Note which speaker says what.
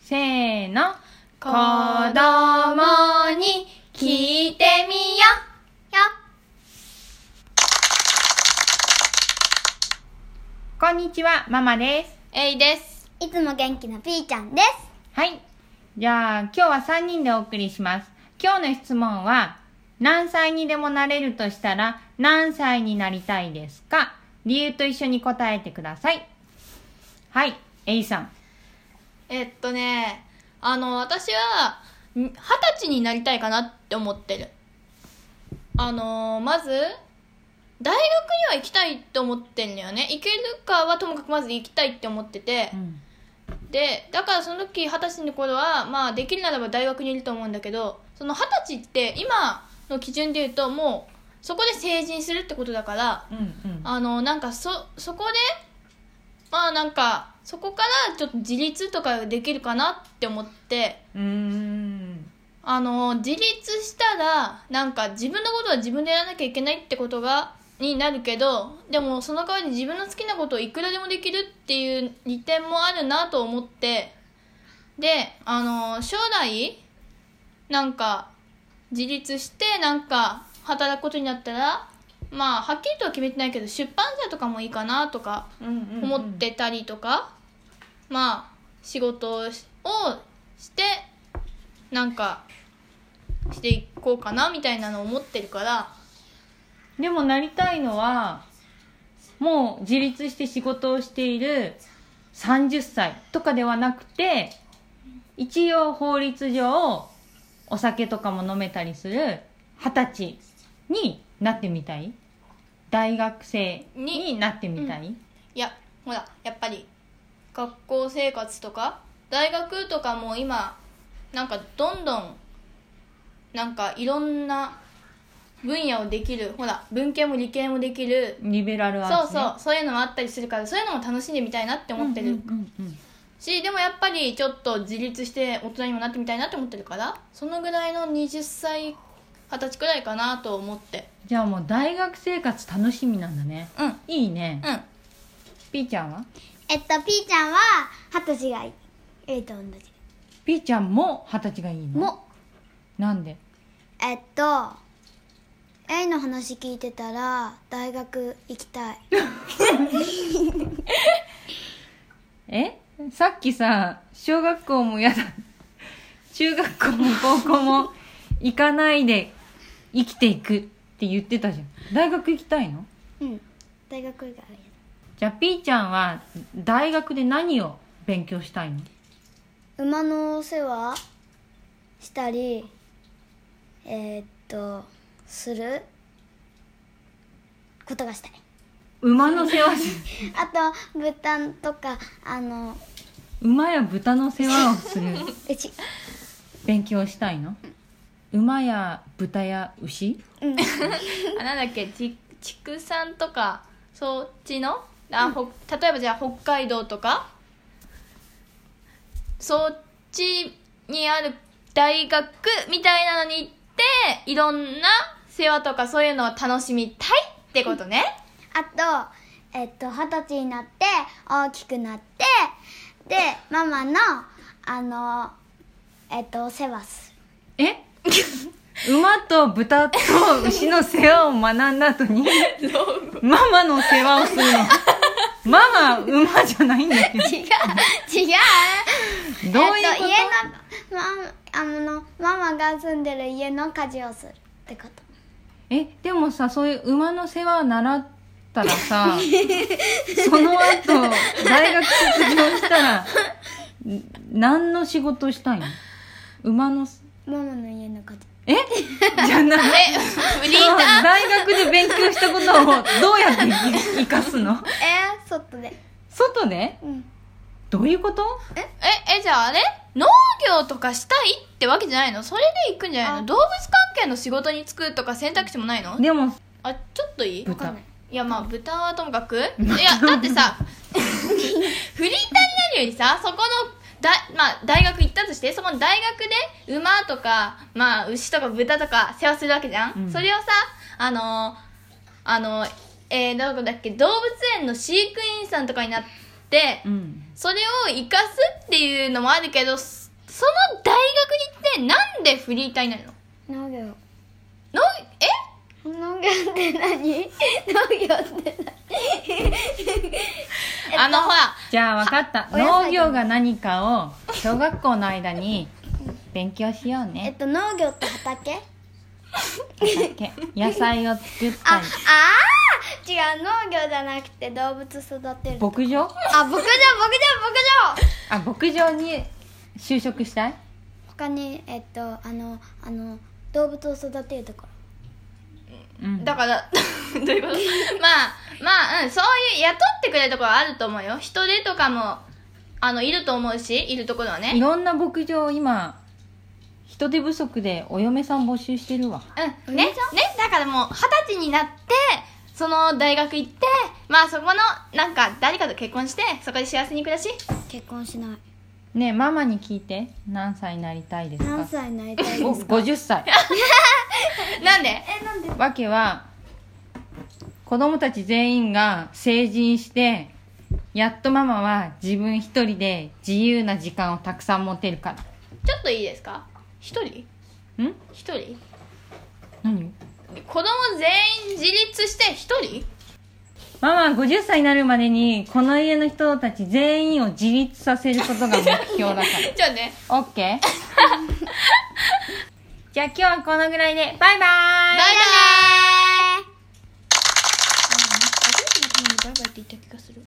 Speaker 1: せーの。
Speaker 2: 子供に聞いてみよよ
Speaker 1: こんにちは、ママです。
Speaker 2: えいです
Speaker 3: いつも元気なピーちゃんです。
Speaker 1: はい。じゃあ、今日は3人でお送りします。今日の質問は、何歳にでもなれるとしたら何歳になりたいですか理由と一緒に答えてください。はい、エイさん。
Speaker 2: えっとねあの私はん二十歳になりたいかなって思ってるあのまず大学には行きたいって思ってんのよね行けるかはともかくまず行きたいって思ってて、
Speaker 1: ん。
Speaker 2: でだからその時二十歳の頃はまあできるならば大学にいると思うんだけどその二十歳って今の基準で言うともうそこで成人するってことだから
Speaker 1: うんうん。
Speaker 2: あのなんかそそこでまあなんかそこからちょっと自立とかできるかなって思って
Speaker 1: うーん。
Speaker 2: あの自立したらなんか自分のことは自分でやらなきゃいけないってことがになるけどでもその代わり自分の好きなことをいくらでもできるっていう利点もあるなと思ってであの将来なんか自立してなんか働くことになったらまあはっきりとは決めてないけど出版社とかもいいかなとか思ってたりとか、まあ仕事をしをしてなんかしていこうかなみたいなのを思ってるから
Speaker 1: でもなりたいのはもう自立して仕事をしている30歳とかではなくて一応法律上お酒とかも飲めたりする二十歳になってみたい大学生になってみたい、
Speaker 2: いやほらやっぱり学校生活とか大学とかも今なんかどんどんなんかいろんな分野をできるほら文系も理系もできる
Speaker 1: リベラルアー
Speaker 2: そう
Speaker 1: ツ、ね、
Speaker 2: そうそういうのもあったりするからそういうのも楽しんでみたいなって思ってる
Speaker 1: うんうんうんうん
Speaker 2: しでもやっぱりちょっと自立して大人にもなってみたいなって思ってるからそのぐらいの20歳二十歳くらいかなと思って
Speaker 1: じゃあもう大学生活楽しみなんだね
Speaker 2: うんうん
Speaker 1: いいね、ピーちゃんは
Speaker 3: えっと、ピーちゃんは、二十歳がいい。えっと、同じ。
Speaker 1: ピーちゃんも二十歳がいいの
Speaker 3: も、
Speaker 1: なんで
Speaker 3: えっと、A の話聞いてたら、大学行きたい。
Speaker 1: えさっきさ小学校もやだ中学校も高校も行かないで生きていくって言ってたじゃん大学行きたいの
Speaker 3: うん。大学以外は嫌だ
Speaker 1: じゃあピーちゃんは大学で何を勉強したいの
Speaker 3: 馬のお世話したり、えっと、することがしたい。
Speaker 1: 馬の世話し
Speaker 3: あと、豚とか、あの、
Speaker 1: 馬や豚の世話をする
Speaker 3: うち。
Speaker 1: 勉強したいの馬や豚や牛
Speaker 3: うん。
Speaker 2: あなんだっけち畜産とかそっちのあ、ほ例えばじゃあ北海道とかそっちにある大学みたいなのに行っていろんな世話とかそういうのを楽しみたいってこと ね
Speaker 3: あと、えっと、二十歳になって、大きくなって、で、ママの、あの、えっと、お世話す
Speaker 1: え馬と豚と牛の世話を学んだ後にママの世話をする のママ馬じゃないんだけど
Speaker 3: る。違う、違う。
Speaker 1: どういう
Speaker 3: えっ、
Speaker 1: ことと、
Speaker 3: 家の、ま、あの、ママが住んでる家の家事をするってこと。
Speaker 1: えでもさそういう馬の世話を習ったらさその後大学卒業したらん何の仕事したいの馬の
Speaker 3: ママの家の家事。
Speaker 1: えじゃあな
Speaker 2: えフリーター
Speaker 1: 大学で勉強したことをどうやって生かすの
Speaker 3: えー、外で。
Speaker 1: 外で
Speaker 3: うん。
Speaker 1: どういうこと
Speaker 2: ええじゃああれ農業とかしたいってわけじゃないのそれで行くんじゃない
Speaker 3: あ
Speaker 2: の動物関係の仕事に就くとか選択肢もないの
Speaker 1: でも
Speaker 2: あちょっといい
Speaker 3: わか
Speaker 1: 豚
Speaker 3: んない。
Speaker 2: いやまあ豚はともかくいやだってさ フリーターになるよりさそこのだ、まあ、大学行ったとしてそこの大学で馬とか、まあ、牛とか豚とか世話するわけじゃん、
Speaker 1: うん
Speaker 2: それをさあのーあのーえー、どこだっけ動物園の飼育員さんとかになって、
Speaker 1: うん
Speaker 2: それを生かすっていうのもあるけどそその大学に行ってなんでフリーターになるの
Speaker 3: 農業
Speaker 2: のえ
Speaker 3: 農業って何 農業って
Speaker 2: あのほら
Speaker 1: じゃあ分かった
Speaker 3: お野菜
Speaker 1: 農業が何かを小学校の間に勉強しよう
Speaker 3: 何えっ
Speaker 1: ね
Speaker 3: と農業って畑
Speaker 1: 畑野菜を作っ
Speaker 3: あ
Speaker 1: た
Speaker 3: あ
Speaker 1: り
Speaker 3: ー違う農業じゃなくて動物育て
Speaker 1: 牧
Speaker 3: る
Speaker 1: 場
Speaker 3: あ牧場牧場牧場
Speaker 1: あ牧場に就職したい
Speaker 3: 他にえっとあのあの動物を育てるところ
Speaker 1: うん
Speaker 2: だから どういうことまあまあうんそういう雇ってくれるところはあると思うよ人手とかもあのいると思うしいるところはね
Speaker 1: いろんな牧場今人手不足でお嫁さん募集してるわ
Speaker 2: うんねねだからもう二十歳になってその大学行ってまあそこのなんか誰かと結婚してそこで幸せに暮らし
Speaker 3: 結婚しない
Speaker 1: ねえママに聞いて何歳になりたいですか
Speaker 3: 何歳になりたい
Speaker 1: お
Speaker 3: ですか
Speaker 1: 50歳
Speaker 2: なんで
Speaker 3: えなんで
Speaker 1: わけは子供たち全員が成人してやっとママは自分一人で自由な時間をたくさん持てるか
Speaker 2: ちょっといいですか一人
Speaker 1: らん
Speaker 2: 一人
Speaker 1: 何
Speaker 2: 子供全員自立して一人
Speaker 1: ママは50歳になるまでにこの家の人たち全員を自立させることが目標だから
Speaker 2: じゃあね
Speaker 1: OK じゃあ今日はこのぐらいでバイバ
Speaker 2: バ
Speaker 1: イ
Speaker 2: イバイ
Speaker 3: バイバイって言った気がする